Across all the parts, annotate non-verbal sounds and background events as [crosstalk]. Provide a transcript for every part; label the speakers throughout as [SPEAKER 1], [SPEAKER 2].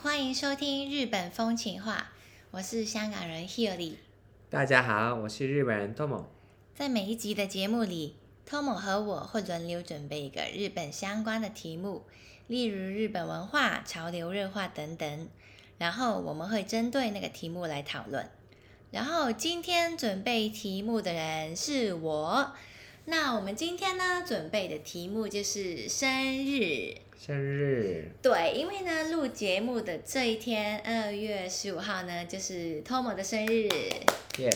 [SPEAKER 1] 欢迎收听《日本风情话》，我是香港人 Hilary。
[SPEAKER 2] 大家好，我是日本人 Tom。
[SPEAKER 1] 在每一集的节目里，Tom 和我会轮流准备一个日本相关的题目，例如日本文化、潮流热化等等。然后我们会针对那个题目来讨论。然后今天准备题目的人是我。那我们今天呢，准备的题目就是生日。
[SPEAKER 2] 生日，
[SPEAKER 1] 对，因为呢，录节目的这一天，二月十五号呢，就是 Tom 的生日。
[SPEAKER 2] 耶、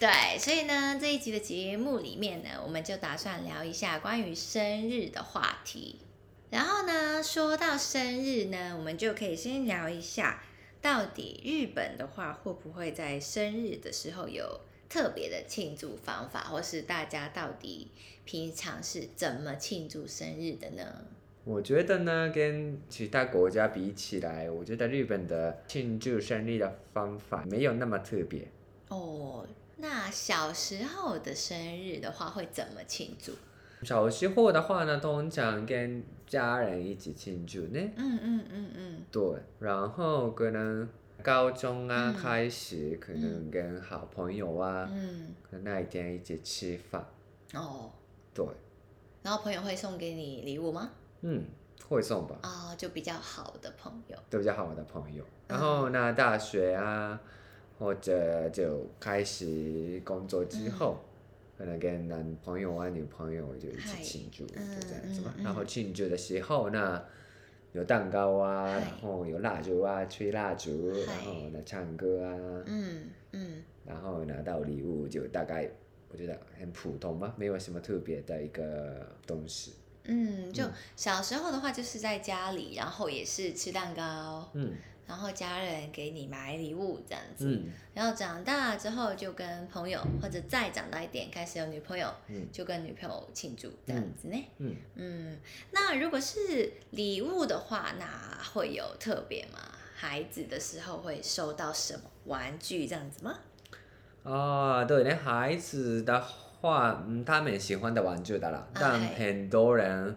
[SPEAKER 1] 对，所以呢，这一集的节目里面呢，我们就打算聊一下关于生日的话题。然后呢，说到生日呢，我们就可以先聊一下，到底日本的话会不会在生日的时候有特别的庆祝方法，或是大家到底平常是怎么庆祝生日的呢？
[SPEAKER 2] 我觉得呢，跟其他国家比起来，我觉得日本的庆祝生日的方法没有那么特别。
[SPEAKER 1] 哦，那小时候的生日的话会怎么庆祝？
[SPEAKER 2] 小时候的话呢，通常跟家人一起庆祝呢，
[SPEAKER 1] 嗯嗯嗯嗯，
[SPEAKER 2] 对，然后可能高中啊、
[SPEAKER 1] 嗯
[SPEAKER 2] 开始，可能跟好朋友啊，
[SPEAKER 1] 嗯，
[SPEAKER 2] 可能那一天一起吃饭，
[SPEAKER 1] 哦，
[SPEAKER 2] 对，
[SPEAKER 1] 然后朋友会送给你礼物吗？
[SPEAKER 2] 嗯，会送吧。
[SPEAKER 1] 哦，就比较好的朋友。
[SPEAKER 2] 都比较好的朋友。
[SPEAKER 1] 嗯
[SPEAKER 2] 然后那大学啊，或者就开始工作之后，
[SPEAKER 1] 嗯
[SPEAKER 2] 可能跟男朋友啊、女朋友就一
[SPEAKER 1] 嗨
[SPEAKER 2] 起庆祝，
[SPEAKER 1] 嗯
[SPEAKER 2] 就这样子嘛。
[SPEAKER 1] 嗯嗯
[SPEAKER 2] 然后庆祝的时候呢，有蛋糕啊，
[SPEAKER 1] 嗨
[SPEAKER 2] 然后有蜡烛啊，吹蜡烛，
[SPEAKER 1] 嗨
[SPEAKER 2] 然后呢唱歌啊，
[SPEAKER 1] 嗯嗯，
[SPEAKER 2] 然后拿到礼物就大概。我觉得很普通吧，没有什么特别的一个东西。
[SPEAKER 1] 嗯，就
[SPEAKER 2] 嗯
[SPEAKER 1] 小时候的话，就是在家里，然后也是吃蛋糕，
[SPEAKER 2] 嗯
[SPEAKER 1] 然后家人给你买礼物这样子。
[SPEAKER 2] 嗯
[SPEAKER 1] 然后长大之后就跟朋友，或者再长大一点开始有女朋友，
[SPEAKER 2] 嗯
[SPEAKER 1] 就跟女朋友庆祝这样子呢。
[SPEAKER 2] 嗯，
[SPEAKER 1] 嗯，那如果是礼物的话，那会有特别吗？孩子的时候会收到什么玩具这样子吗？
[SPEAKER 2] 啊，对，连孩子的话，嗯，他们喜欢的玩具的啦，
[SPEAKER 1] 啊
[SPEAKER 2] 但
[SPEAKER 1] 嗨
[SPEAKER 2] 很多人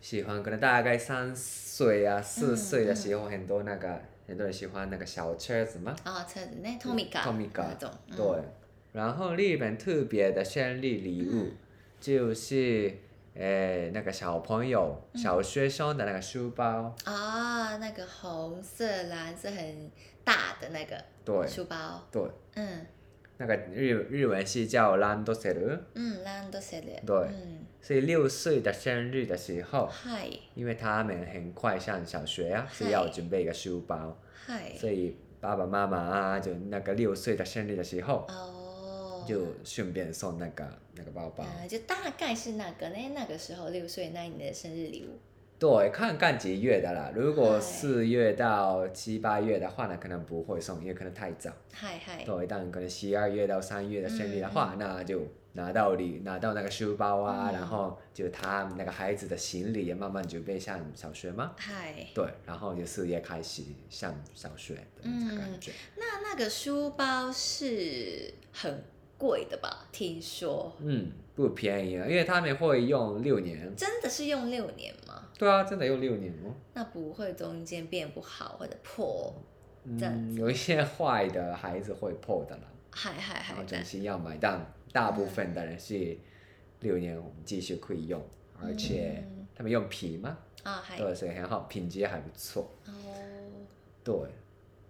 [SPEAKER 2] 喜欢，可能大概三岁啊、四岁的
[SPEAKER 1] 嗯
[SPEAKER 2] 时候，很多那个很多人喜欢那个小车子嘛，
[SPEAKER 1] 哦，车子那 Tomica
[SPEAKER 2] 嗯 Tomica，
[SPEAKER 1] 那种，嗯
[SPEAKER 2] 对。然后日本特别的生日礼物
[SPEAKER 1] 嗯
[SPEAKER 2] 就是，呃，那个小朋友、
[SPEAKER 1] 嗯
[SPEAKER 2] 小学生的那个书包，
[SPEAKER 1] 啊、那个红色、蓝色很大的那个
[SPEAKER 2] 对
[SPEAKER 1] 书包，
[SPEAKER 2] 对，
[SPEAKER 1] 嗯
[SPEAKER 2] 那个日日文是叫 Landseer，
[SPEAKER 1] 嗯，Land s e l
[SPEAKER 2] 对
[SPEAKER 1] 嗯，
[SPEAKER 2] 所以六岁的生日的时候。
[SPEAKER 1] 嗨
[SPEAKER 2] 因为他们很快上小学啊，
[SPEAKER 1] 嗨
[SPEAKER 2] 所以要准备一个书包，
[SPEAKER 1] 嗨，
[SPEAKER 2] 所以爸爸妈妈啊，就那个六岁的生日的时候，
[SPEAKER 1] 哦，
[SPEAKER 2] 就顺便送那个那个包包。
[SPEAKER 1] 呃，就大概是那个那那个时候六岁那一年的生日礼物，
[SPEAKER 2] 对，看看几月的啦。如
[SPEAKER 1] 嗨
[SPEAKER 2] 果四月到七八月的话呢，可能不会送，因为可能太早。
[SPEAKER 1] 嗨嗨，
[SPEAKER 2] 对，但可能十二月到三月的生日的话，那就拿到礼，拿到那个书包啊，
[SPEAKER 1] 嗯
[SPEAKER 2] 然后就他们那个孩子的行李也慢慢准备上小学嘛。
[SPEAKER 1] 嗨，
[SPEAKER 2] 对，然后就四月开始上小学的那种感觉。
[SPEAKER 1] 那那个书包是很贵的吧？听说
[SPEAKER 2] 嗯，不便宜啊，因为他们会用六年。
[SPEAKER 1] 真的是用六年吗？
[SPEAKER 2] 对啊，真的用六年哦。
[SPEAKER 1] 那不会中间变不好或者破？这样
[SPEAKER 2] 嗯，有一些坏的孩子会破
[SPEAKER 1] [laughs]
[SPEAKER 2] 的啦，
[SPEAKER 1] 嗨嗨
[SPEAKER 2] 然
[SPEAKER 1] 嗨
[SPEAKER 2] 后
[SPEAKER 1] 的
[SPEAKER 2] 真，心要买，但大部分的人是六年继续可以用，而且
[SPEAKER 1] 嗯
[SPEAKER 2] 他们用皮嘛，
[SPEAKER 1] 啊嗨
[SPEAKER 2] 对，所以很好，品质还不错。
[SPEAKER 1] 哦。
[SPEAKER 2] 对，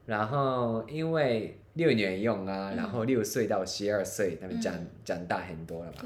[SPEAKER 2] 然后因为六年用啊，
[SPEAKER 1] 嗯
[SPEAKER 2] 然后六岁到十二岁，他们长
[SPEAKER 1] 嗯
[SPEAKER 2] 长大很多了嘛。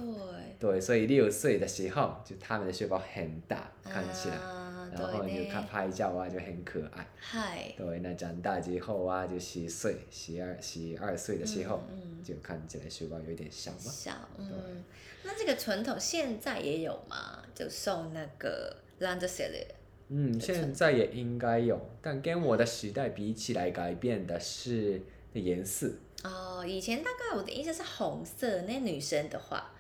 [SPEAKER 1] 对，
[SPEAKER 2] 对，所以六岁的时候，就他们的书包很大，看起来。
[SPEAKER 1] 啊、
[SPEAKER 2] 然后
[SPEAKER 1] 对
[SPEAKER 2] 你就
[SPEAKER 1] 呢
[SPEAKER 2] 看拍照啊，就很可爱。
[SPEAKER 1] 嗨，
[SPEAKER 2] 对，那长大之后啊，就十岁、十二、十二岁的时候，
[SPEAKER 1] 嗯，嗯
[SPEAKER 2] 就看起来书包有点小嘛。
[SPEAKER 1] 小，
[SPEAKER 2] 对
[SPEAKER 1] 嗯，那这个传统现在也有吗？就送那个 Land s e l
[SPEAKER 2] 嗯，现在也应该有，但跟我的时代比起来，改变的是颜色。
[SPEAKER 1] 哦，以前大概我的印象是红色，那女生的话，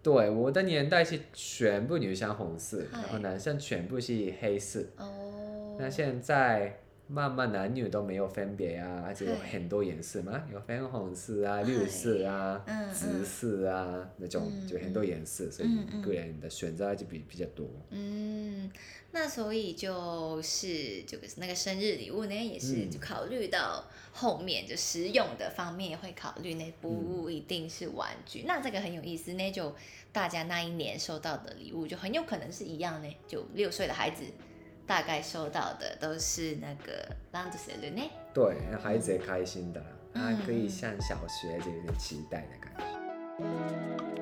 [SPEAKER 2] 对，我的年代是全部女生红色，
[SPEAKER 1] 嗨
[SPEAKER 2] 然后男生全部是黑色。
[SPEAKER 1] 哦，
[SPEAKER 2] 那现在慢慢男女都没有分别啊，而且有
[SPEAKER 1] 嗨
[SPEAKER 2] 很多颜色嘛，有粉红色啊、
[SPEAKER 1] 嗨
[SPEAKER 2] 绿色啊
[SPEAKER 1] 嗯、
[SPEAKER 2] 紫色啊那种
[SPEAKER 1] 嗯，
[SPEAKER 2] 就很多颜色，所以
[SPEAKER 1] 嗯嗯
[SPEAKER 2] 个人的选择就比比较多。
[SPEAKER 1] 嗯，那所以就是这个那个生日礼物呢，也是
[SPEAKER 2] 嗯
[SPEAKER 1] 就考虑到后面就实用的方面也会考虑呢，
[SPEAKER 2] 嗯
[SPEAKER 1] 不一定是玩具。那这个很有意思呢，就大家那一年收到的礼物就很有可能是一样呢，就六岁的孩子大概收到的都是那个让这些人呢。
[SPEAKER 2] 对，让孩子也开心的啦，
[SPEAKER 1] 嗯
[SPEAKER 2] 他可以上小学就有点期待的感觉。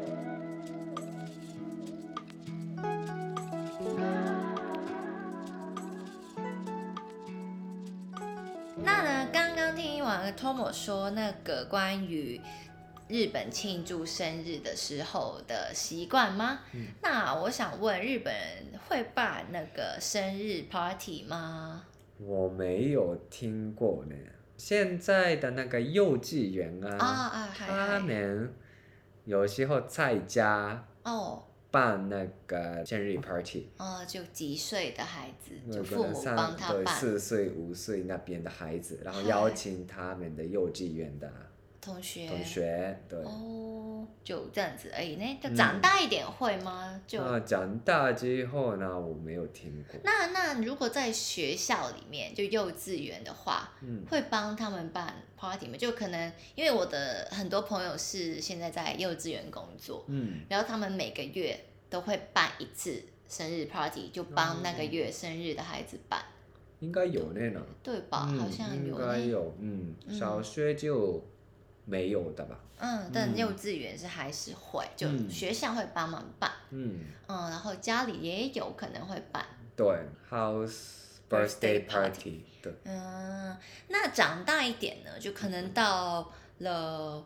[SPEAKER 1] 那呢，刚刚听完 Tomo 说那个关于日本庆祝生日的时候的习惯吗？
[SPEAKER 2] 嗯
[SPEAKER 1] 那我想问，日本人会办那个生日 party 吗？
[SPEAKER 2] 我没有听过呢，现在的那个幼稚园
[SPEAKER 1] 啊
[SPEAKER 2] 啊，
[SPEAKER 1] 啊，还
[SPEAKER 2] 他
[SPEAKER 1] 还
[SPEAKER 2] 们有时候在家
[SPEAKER 1] 哦
[SPEAKER 2] 办那个生日 party，
[SPEAKER 1] 哦，就几岁的孩子，就
[SPEAKER 2] 有可
[SPEAKER 1] 父
[SPEAKER 2] 能
[SPEAKER 1] 母
[SPEAKER 2] 上
[SPEAKER 1] 帮他
[SPEAKER 2] 对
[SPEAKER 1] 办，
[SPEAKER 2] 四岁五岁那边的孩子，然后
[SPEAKER 1] 嗨
[SPEAKER 2] 邀请他们的幼稚园的
[SPEAKER 1] 同学
[SPEAKER 2] 同学，对，
[SPEAKER 1] 哦，就这样子而已呢。就
[SPEAKER 2] 嗯
[SPEAKER 1] 长大一点会吗？就
[SPEAKER 2] 那长大之后呢，我没有听过，
[SPEAKER 1] 那那如果在学校里面，就幼稚园的话，
[SPEAKER 2] 嗯
[SPEAKER 1] 会帮他们办 party 吗？就可能因为我的很多朋友是现在在幼稚园工作，
[SPEAKER 2] 嗯，
[SPEAKER 1] 然后他们每个月都会办一次生日 party，就
[SPEAKER 2] 哦
[SPEAKER 1] 帮那个月生日的孩子办，
[SPEAKER 2] 应该有那种。
[SPEAKER 1] 对吧？
[SPEAKER 2] 嗯
[SPEAKER 1] 好像有
[SPEAKER 2] 应该
[SPEAKER 1] 呢。
[SPEAKER 2] 有，嗯，
[SPEAKER 1] 嗯
[SPEAKER 2] 小学就没有的吧，
[SPEAKER 1] 嗯，但
[SPEAKER 2] 嗯
[SPEAKER 1] 幼稚园是还是会，就
[SPEAKER 2] 嗯
[SPEAKER 1] 学校会帮忙办，
[SPEAKER 2] 嗯，
[SPEAKER 1] 嗯，然后家里也有可能会办。
[SPEAKER 2] 对，house
[SPEAKER 1] Birthday
[SPEAKER 2] birthday
[SPEAKER 1] party
[SPEAKER 2] party，对，
[SPEAKER 1] 嗯，那长大一点呢，就可能到了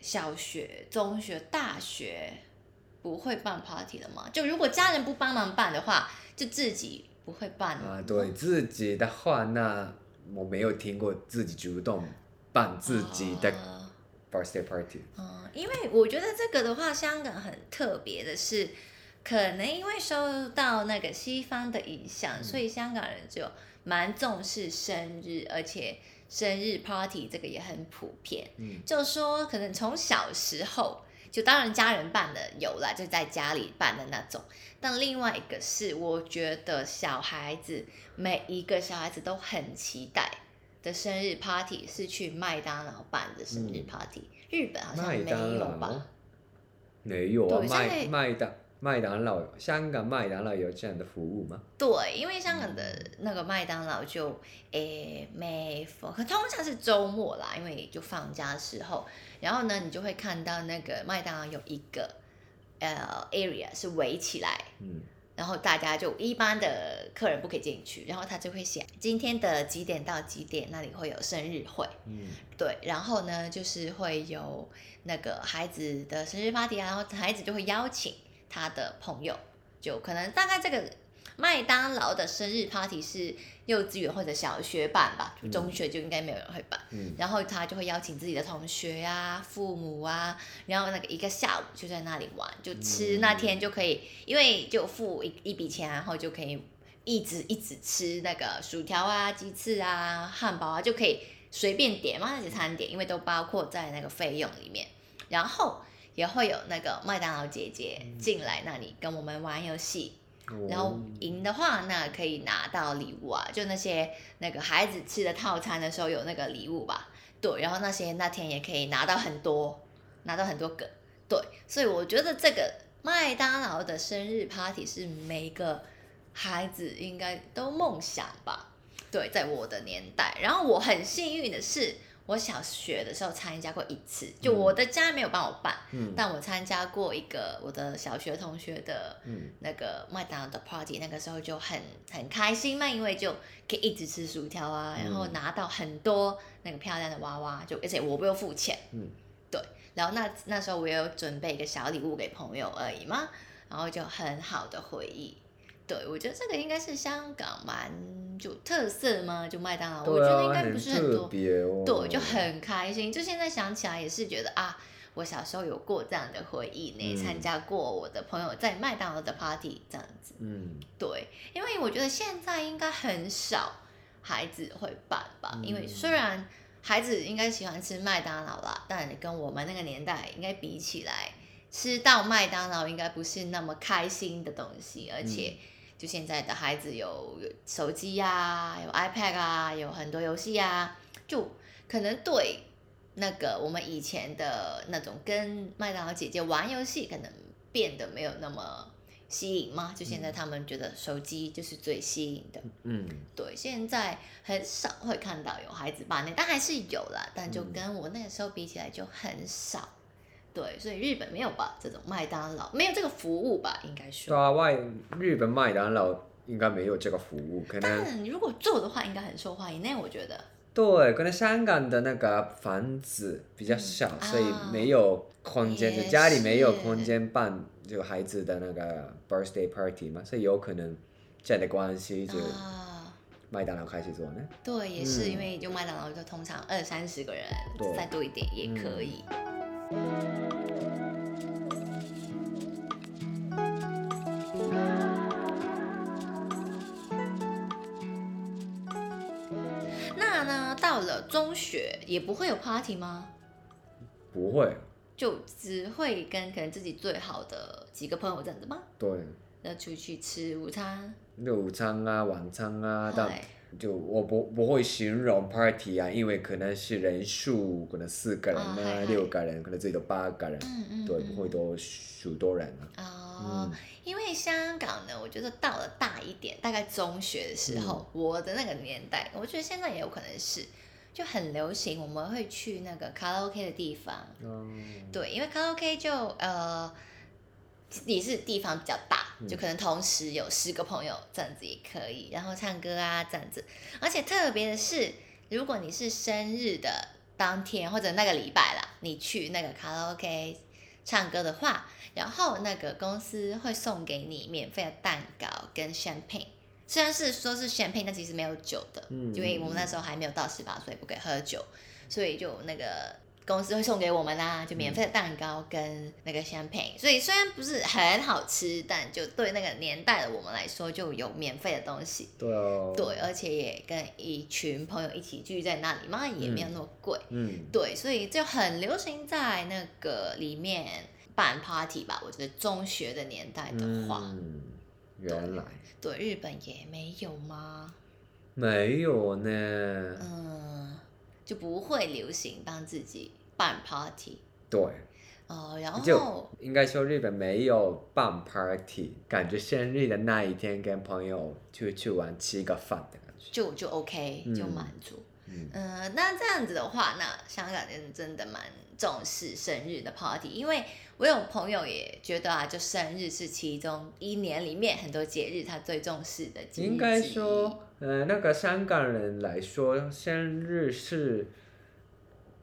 [SPEAKER 1] 小学、中学、大学，不会办 party 了吗？就如果家人不帮忙办的话，就自己不会办了
[SPEAKER 2] 啊，对自己的话，那我没有听过自己主动办自己的
[SPEAKER 1] 哦
[SPEAKER 2] birthday party，
[SPEAKER 1] 嗯，因为我觉得这个的话，香港很特别的是，可能因为受到那个西方的影响，所
[SPEAKER 2] 嗯
[SPEAKER 1] 以香港人就蛮重视生日，而且生日 party 这个也很普遍。
[SPEAKER 2] 嗯
[SPEAKER 1] 就说可能从小时候。就当然家人办的有啦，就在家里办的那种。但另外一个是，我觉得小孩子每一个小孩子都很期待的生日 party 是去麦当劳办的生日
[SPEAKER 2] 嗯
[SPEAKER 1] party，、日本好像
[SPEAKER 2] 麦
[SPEAKER 1] 没
[SPEAKER 2] 当
[SPEAKER 1] 有
[SPEAKER 2] 劳
[SPEAKER 1] 吧？
[SPEAKER 2] 没有啊
[SPEAKER 1] 对，
[SPEAKER 2] 麦
[SPEAKER 1] 现在
[SPEAKER 2] 麦当麦当劳，香港麦当劳有这样的服务吗？
[SPEAKER 1] 对，因为香港的那个麦当劳就诶每逢，可通常是周末啦，因为就放假的时候，然后呢，你就会看到那个麦当劳有一个呃 area 是围起来，
[SPEAKER 2] 嗯，
[SPEAKER 1] 然后大家就一般的客人不可以进去，然后他就会写今天的几点到几点那里会有生日会，
[SPEAKER 2] 嗯，
[SPEAKER 1] 对，然后呢就是会有那个孩子的生日 party 啊，然后孩子就会邀请他的朋友，就可能大概这个麦当劳的生日 party 是幼稚园或者小学办吧，就中学就应该没有人会办。
[SPEAKER 2] 嗯
[SPEAKER 1] 然后他就会邀请自己的同学啊、父母啊，然后那个一个下午就在那里玩，就吃。
[SPEAKER 2] 嗯
[SPEAKER 1] 那天就可以，因为就付一一笔钱，然后就可以一直一直吃那个薯条啊、鸡翅啊、汉堡啊，就可以随便点嘛那些餐点，因为都包括在那个费用里面。然后也会有那个麦当劳姐姐进来那里跟我们玩游戏，然后
[SPEAKER 2] 哦
[SPEAKER 1] 赢的话，那可以拿到礼物啊，就那些那个孩子吃的套餐的时候有那个礼物吧。对，然后那些那天也可以拿到很多，拿到很多个。对，所以我觉得这个麦当劳的生日 party 是每个孩子应该都梦想吧。对，在我的年代，然后我很幸运的是，我小学的时候参加过一次，就
[SPEAKER 2] 嗯
[SPEAKER 1] 我的家没有帮我办，
[SPEAKER 2] 嗯
[SPEAKER 1] 但我参加过一个我的小学同学的
[SPEAKER 2] 嗯
[SPEAKER 1] 那个麦当劳的 party，那个时候就很很开心嘛，因为就可以一直吃薯条啊，
[SPEAKER 2] 嗯
[SPEAKER 1] 然后拿到很多那个漂亮的娃娃，就而且我不用付钱，
[SPEAKER 2] 嗯，
[SPEAKER 1] 对，然后那那时候我也有准备一个小礼物给朋友而已嘛，然后就很好的回忆。对，我觉得这个应该是香港蛮就特色嘛，就麦当劳，我觉
[SPEAKER 2] 对啊
[SPEAKER 1] 得应该不是很
[SPEAKER 2] 特
[SPEAKER 1] 多，
[SPEAKER 2] 别哦，
[SPEAKER 1] 对，就很开心。就现在想起来也是觉得啊，我小时候有过这样的回忆呢，
[SPEAKER 2] 嗯
[SPEAKER 1] 参加过我的朋友在麦当劳的 party 这样子。
[SPEAKER 2] 嗯
[SPEAKER 1] 对，因为我觉得现在应该很少孩子会办吧，因为
[SPEAKER 2] 嗯
[SPEAKER 1] 虽然孩子应该喜欢吃麦当劳啦，但跟我们那个年代应该比起来，吃到麦当劳应该不是那么开心的东西，而且就现在的孩子有有手机呀、有 iPad 啊，有很多游戏呀，就可能对那个我们以前的那种跟麦当劳姐姐玩游戏，可能变得没有那么吸引嘛。就现在他们觉得手机就是最吸引的，
[SPEAKER 2] 嗯，
[SPEAKER 1] 对，现在很少会看到有孩子霸凌，但还是有啦，但就
[SPEAKER 2] 嗯
[SPEAKER 1] 跟我那个时候比起来就很少。对，所以日本没有吧这种麦当劳，没有这个服务吧，应该
[SPEAKER 2] 对
[SPEAKER 1] 说。
[SPEAKER 2] 啊，外日本麦当劳应该没有这个服务，可能
[SPEAKER 1] 但如果做的话，应该很受欢迎。那我觉得，
[SPEAKER 2] 对，可能香港的那个房子比较小，
[SPEAKER 1] 嗯
[SPEAKER 2] 所以
[SPEAKER 1] 啊
[SPEAKER 2] 没有空间，
[SPEAKER 1] 也
[SPEAKER 2] 就家里没有
[SPEAKER 1] 是
[SPEAKER 2] 空间办就孩子的那个 birthday party 嘛，所以有可能这样的关系就
[SPEAKER 1] 啊，
[SPEAKER 2] 麦当劳开始做呢。
[SPEAKER 1] 对，也是、
[SPEAKER 2] 嗯
[SPEAKER 1] 因为就麦当劳就通常二三十个人
[SPEAKER 2] 对，嗯
[SPEAKER 1] 再多一点也可以。那呢，到了中学也不会有 party 吗？
[SPEAKER 2] 不会，
[SPEAKER 1] 就只会跟可能自己最好的几个朋友这样子吗？
[SPEAKER 2] 对，
[SPEAKER 1] 要出去吃午餐，
[SPEAKER 2] 那午餐啊、晚餐啊，但
[SPEAKER 1] 嗨
[SPEAKER 2] 就我不不会形容 party 啊，因为可能是人数，可能四个人
[SPEAKER 1] 啊
[SPEAKER 2] 啊、
[SPEAKER 1] 嗨嗨
[SPEAKER 2] 六个人，可能最多八个人，
[SPEAKER 1] 嗯嗯，
[SPEAKER 2] 对，
[SPEAKER 1] 嗯
[SPEAKER 2] 不会多许多人啊。
[SPEAKER 1] 哦
[SPEAKER 2] 嗯，
[SPEAKER 1] 因为香港呢，我觉得到了大一点，大概中学的时候，我的那个年代，我觉得现在也有可能是，就很流行，我们会去那个卡拉 OK 的地方。
[SPEAKER 2] 嗯，
[SPEAKER 1] 对，因为卡拉 OK 就呃也是地方比较大，就可能同时有十个朋友这样子也可以，然后唱歌啊这样子。而且特别的是，如果你是生日的当天或者那个礼拜啦，你去那个卡拉 OK 唱歌的话，然后那个公司会送给你免费的蛋糕跟 champagne。虽然是说是 champagne，但其实没有酒的，
[SPEAKER 2] 嗯
[SPEAKER 1] 因为我们那时候还没有到十八岁，不可以喝酒，所以就那个公司会送给我们啦、就免费的蛋糕跟那个 champagne，所以虽然不是很好吃，但就对那个年代的我们来说，就有免费的东西。
[SPEAKER 2] 对哦，
[SPEAKER 1] 对，，而且也跟一群朋友一起聚在那里嘛，也没有那么贵。
[SPEAKER 2] 嗯，
[SPEAKER 1] 对，所以就很流行在那个里面办 party 吧。我觉得中学的年代的话，
[SPEAKER 2] 嗯，原来
[SPEAKER 1] 对日本也没有吗？
[SPEAKER 2] 没有呢，
[SPEAKER 1] 嗯，就不会流行帮自己办 party
[SPEAKER 2] 对，
[SPEAKER 1] 哦。然后
[SPEAKER 2] 就应该说日本没有办 party，感觉生日的那一天跟朋友出去玩吃个饭的感觉，
[SPEAKER 1] 就就 OK，
[SPEAKER 2] 嗯
[SPEAKER 1] 就满足。
[SPEAKER 2] 嗯，
[SPEAKER 1] 嗯，那这样子的话，那香港人真的蛮重视生日的 party，因为我有朋友也觉得啊，就生日是其中一年里面很多节日他最重视的节日之一。
[SPEAKER 2] 应该说，呃，那个香港人来说，生日是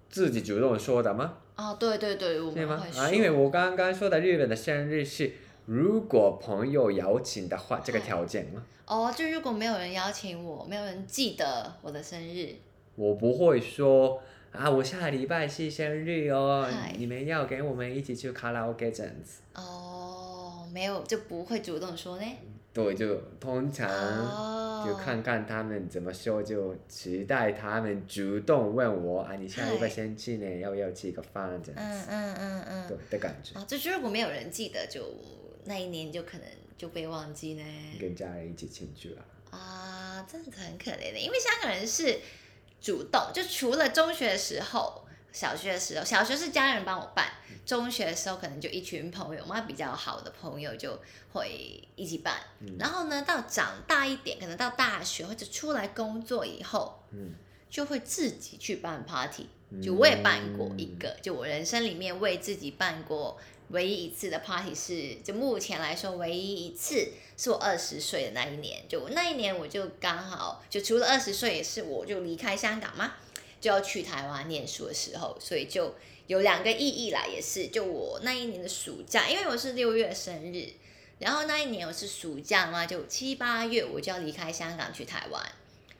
[SPEAKER 2] 自己主动说的吗？
[SPEAKER 1] 哦，对对对，我
[SPEAKER 2] 对
[SPEAKER 1] 们
[SPEAKER 2] 吗
[SPEAKER 1] 会？说，
[SPEAKER 2] 啊，因为我刚刚说的日本的生日是如果朋友邀请的话，这个
[SPEAKER 1] 嗨
[SPEAKER 2] 条件吗？
[SPEAKER 1] 哦，就如果没有人邀请我，没有人记得我的生日，
[SPEAKER 2] 我不会说啊，我下礼拜是生日哦
[SPEAKER 1] 嗨，
[SPEAKER 2] 你们要跟我们一起去卡拉 OK 这样子。
[SPEAKER 1] 哦，没有就不会主动说呢。
[SPEAKER 2] 对，就通常
[SPEAKER 1] 哦，
[SPEAKER 2] 就看看他们怎么说，就期待他们主动问我啊，你下礼
[SPEAKER 1] 嗨
[SPEAKER 2] 拜先去呢，要不要吃个饭这样
[SPEAKER 1] 嗯
[SPEAKER 2] 子，
[SPEAKER 1] 嗯嗯嗯，
[SPEAKER 2] 对的感觉，
[SPEAKER 1] 啊，就是如果没有人记得，就那一年就可能就被忘记呢。
[SPEAKER 2] 跟家人一起庆祝啊。
[SPEAKER 1] 啊，真的很可怜的，因为香港人是主动，就除了中学的时候、小学的时候，小学是家人帮我办，中学的时候可能就一群朋友嘛，比较好的朋友就会一起办。然后呢，到长大一点，可能到大学或者出来工作以后，
[SPEAKER 2] 嗯，
[SPEAKER 1] 就会自己去办 party。就我也办过一
[SPEAKER 2] 嗯
[SPEAKER 1] 个，就我人生里面为自己办过唯一一次的 party 是，就目前来说唯一一次是我二十岁的那一年，就那一年我就刚好就除了二十岁也是我就离开香港嘛，就要去台湾念书的时候，所以就有两个意义啦，也是就我那一年的暑假，因为我是六月生日，然后那一年我是暑假嘛，就七八月我就要离开香港去台湾，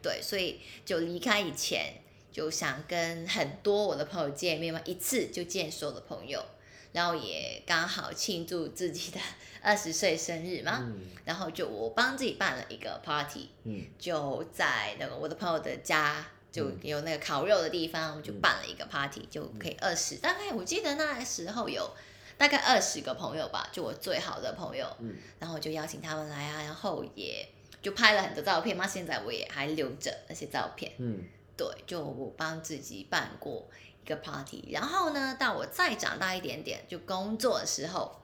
[SPEAKER 1] 对，所以就离开以前就想跟很多我的朋友见面嘛，一次就见所有的朋友，然后也刚好庆祝自己的二十岁生日嘛，
[SPEAKER 2] 嗯
[SPEAKER 1] 然后就我帮自己办了一个 party，
[SPEAKER 2] 嗯
[SPEAKER 1] 就在那个我的朋友的家，就有那个烤肉的地方，我就办了一个 party，、就可以二十。大概我记得那时候有大概二十个朋友吧，就我最好的朋友，
[SPEAKER 2] 嗯
[SPEAKER 1] 然后我就邀请他们来啊，然后也就拍了很多照片嘛，现在我也还留着那些照片。
[SPEAKER 2] 嗯
[SPEAKER 1] 对，就我帮自己办过一个 party，然后呢，到我再长大一点点，就工作的时候，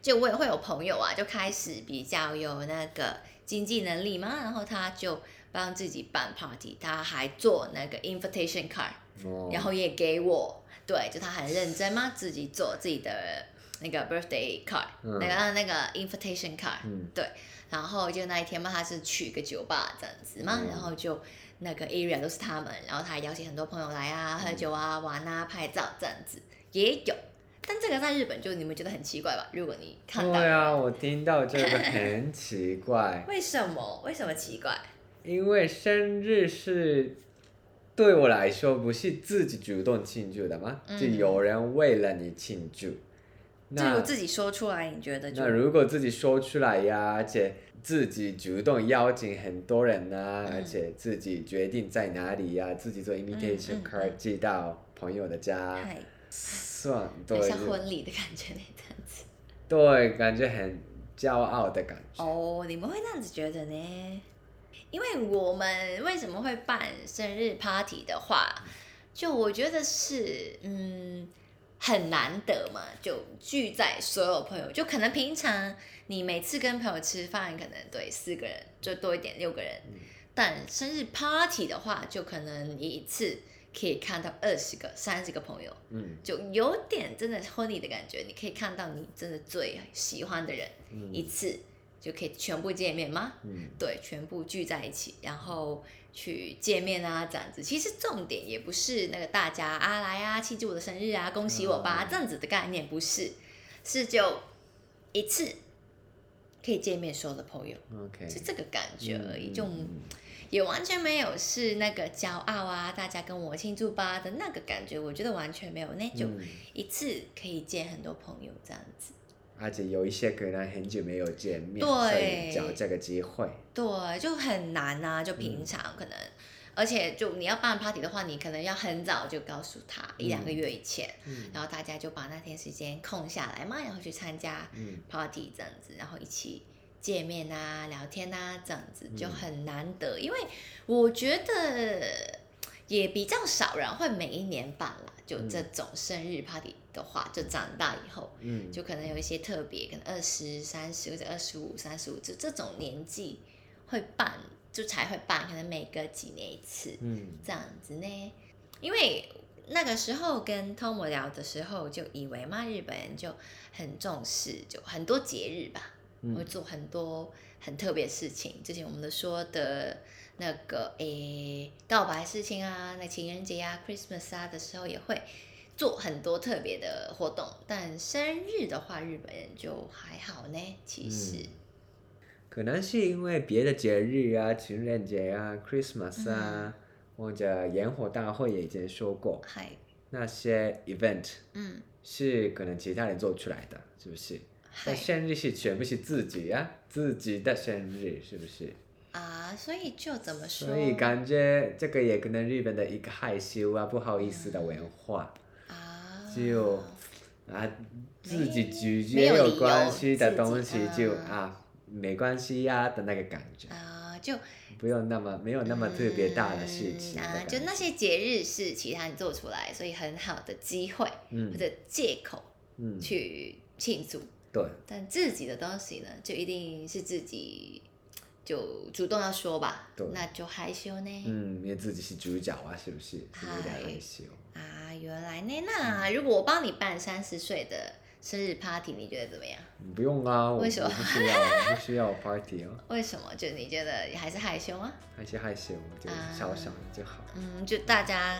[SPEAKER 1] 就我也会有朋友啊，就开始比较有那个经济能力嘛，然后他就帮自己办 party，他还做那个 invitation card，
[SPEAKER 2] 哦，
[SPEAKER 1] 然后也给我，对，就他很认真嘛，自己做自己的那个 birthday card，、
[SPEAKER 2] 嗯
[SPEAKER 1] 那个啊那个 invitation card，
[SPEAKER 2] 嗯
[SPEAKER 1] 然后就那一天嘛，他是去一个酒吧这样子嘛，
[SPEAKER 2] 嗯
[SPEAKER 1] 然后就那个 area 都是他们，然后他还邀请很多朋友来啊，喝酒啊，玩啊，拍照这样子也有。但这个在日本就你们觉得很奇怪吧？如果你看到，
[SPEAKER 2] 对啊，我听到这个很奇怪，
[SPEAKER 1] 为什么？为什么奇怪？
[SPEAKER 2] 因为生日是对我来说不是自己主动庆祝的嘛，
[SPEAKER 1] 嗯
[SPEAKER 2] 就有人为了你庆祝。
[SPEAKER 1] 就
[SPEAKER 2] 那
[SPEAKER 1] 我自己说出来，你觉得就
[SPEAKER 2] 那如果自己说出来呀，而且自己主动邀请很多人呐、
[SPEAKER 1] 嗯
[SPEAKER 2] 而且自己决定在哪里呀、自己做 invitation
[SPEAKER 1] 嗯
[SPEAKER 2] card 寄到朋友的家，
[SPEAKER 1] 太
[SPEAKER 2] 算对
[SPEAKER 1] 很像婚礼的感觉那这样子。
[SPEAKER 2] 对，感觉很骄傲的感觉。
[SPEAKER 1] 哦，你们会那样子觉得呢？因为我们为什么会办生日 party 的话，就我觉得是嗯很难得嘛，就聚在所有朋友，就可能平常你每次跟朋友吃饭，可能对四个人就多一点六个人，但生日 party 的话，就可能你一次可以看到二十个、三十个朋友，
[SPEAKER 2] 嗯
[SPEAKER 1] 就有点真的婚礼的感觉，你可以看到你真的最喜欢的人。一
[SPEAKER 2] 嗯
[SPEAKER 1] 次就可以全部见面吗？
[SPEAKER 2] 嗯
[SPEAKER 1] 对，全部聚在一起，然后去见面啊，这样子。其实重点也不是那个大家啊来啊庆祝我的生日啊，恭喜我吧、
[SPEAKER 2] 嗯
[SPEAKER 1] 这样子的概念，不是，是就一次可以见面所有的朋友，
[SPEAKER 2] ，OK，
[SPEAKER 1] 是这个感觉而已，就
[SPEAKER 2] 哎嗯
[SPEAKER 1] 也完全没有是那个骄傲啊，大家跟我庆祝吧的那个感觉，我觉得完全没有，那就
[SPEAKER 2] 嗯
[SPEAKER 1] 一次可以见很多朋友这样子。
[SPEAKER 2] 而且有一些可能很久没有见面，所
[SPEAKER 1] 对
[SPEAKER 2] 以找这个机会。
[SPEAKER 1] 对，就很难啊，就平常可能，而且就你要办 party 的话，你可能要很早就告诉他一两个月以前，
[SPEAKER 2] 嗯
[SPEAKER 1] 然后大家就把那天时间空下来嘛，然后去参加
[SPEAKER 2] 嗯
[SPEAKER 1] party 这样子，然后一起见面啊、聊天啊这样子就
[SPEAKER 2] 嗯
[SPEAKER 1] 很难得，因为我觉得也比较少人会每一年办啦，就
[SPEAKER 2] 嗯
[SPEAKER 1] 这种生日 party 的话，就长大以后。
[SPEAKER 2] 嗯，
[SPEAKER 1] 就可能有一些特别，可能二十三十或者二十五、三十五，就这种年纪会办，就才会办，可能每隔几年一次
[SPEAKER 2] 嗯
[SPEAKER 1] 这样子呢。因为那个时候跟 Tom 聊的时候，就以为嘛，日本人就很重视，就很多节日吧，会
[SPEAKER 2] 嗯
[SPEAKER 1] 做很多很特别的事情。之前我们都说的那个诶、告白事情啊，那情人节啊、Christmas 啊的时候也会做很多特别的活动，但生日的话，日本人就还好呢。其实
[SPEAKER 2] 嗯，可能是因为别的节日啊，情人节啊，Christmas 啊，或者烟火大会也已经说过，
[SPEAKER 1] 还
[SPEAKER 2] 那些 event
[SPEAKER 1] 嗯
[SPEAKER 2] 是可能其他人做出来的，是不是？
[SPEAKER 1] 还
[SPEAKER 2] 但生日是全部是自己啊，自己的生日是不是？
[SPEAKER 1] 啊，所以就怎么说
[SPEAKER 2] 所以感觉这个也可能日本的一个害羞啊、不好意思的文化，
[SPEAKER 1] 啊，
[SPEAKER 2] 就啊自己咀
[SPEAKER 1] 没
[SPEAKER 2] 嚼
[SPEAKER 1] 有理由
[SPEAKER 2] 有关系的东
[SPEAKER 1] 自
[SPEAKER 2] 西
[SPEAKER 1] 己
[SPEAKER 2] 就
[SPEAKER 1] 嗯
[SPEAKER 2] 啊没关系呀、的那个感觉，
[SPEAKER 1] 啊就
[SPEAKER 2] 不用那么没有那么特别大的事
[SPEAKER 1] 嗯
[SPEAKER 2] 情的
[SPEAKER 1] 啊，
[SPEAKER 2] 感
[SPEAKER 1] 就
[SPEAKER 2] 觉
[SPEAKER 1] 那些节日是其他人做出来，所以很好的机会或
[SPEAKER 2] 嗯
[SPEAKER 1] 者借口
[SPEAKER 2] 嗯
[SPEAKER 1] 去庆祝。
[SPEAKER 2] 对
[SPEAKER 1] 但自己的东西呢，就一定是自己就主动要说吧
[SPEAKER 2] 对，
[SPEAKER 1] 那就害羞呢。
[SPEAKER 2] 嗯因为自己是主角啊，是不是？是不是有点
[SPEAKER 1] 嗨
[SPEAKER 2] 害羞？
[SPEAKER 1] 啊，原来呢。那
[SPEAKER 2] 嗯
[SPEAKER 1] 如果我帮你办三十岁的生日 party，你觉得怎么样？
[SPEAKER 2] 不用啊，我
[SPEAKER 1] 为什么
[SPEAKER 2] 我不需要，我不需要 party 哦，
[SPEAKER 1] 为什么？就你觉得还是害羞吗？
[SPEAKER 2] 还是害羞，我觉得
[SPEAKER 1] 啊
[SPEAKER 2] 小小的就好。
[SPEAKER 1] 嗯，就大家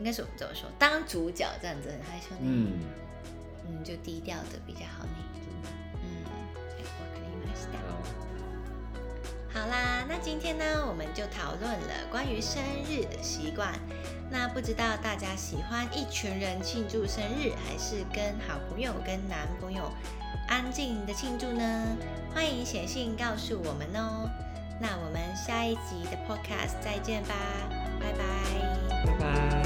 [SPEAKER 1] 应该是我们怎么说，当主角这样子很害羞呢。
[SPEAKER 2] 嗯，
[SPEAKER 1] 嗯，就低调的比较好呢。嗯，我可以买下。
[SPEAKER 2] 好，
[SPEAKER 1] 好啦，那今天呢，我们就讨论了关于生日的习惯。那不知道大家喜欢一群人庆祝生日，还是跟好朋友、跟男朋友安静的庆祝呢？欢迎写信告诉我们哦。那我们下一集的 Podcast 再见吧，拜拜。
[SPEAKER 2] 拜拜。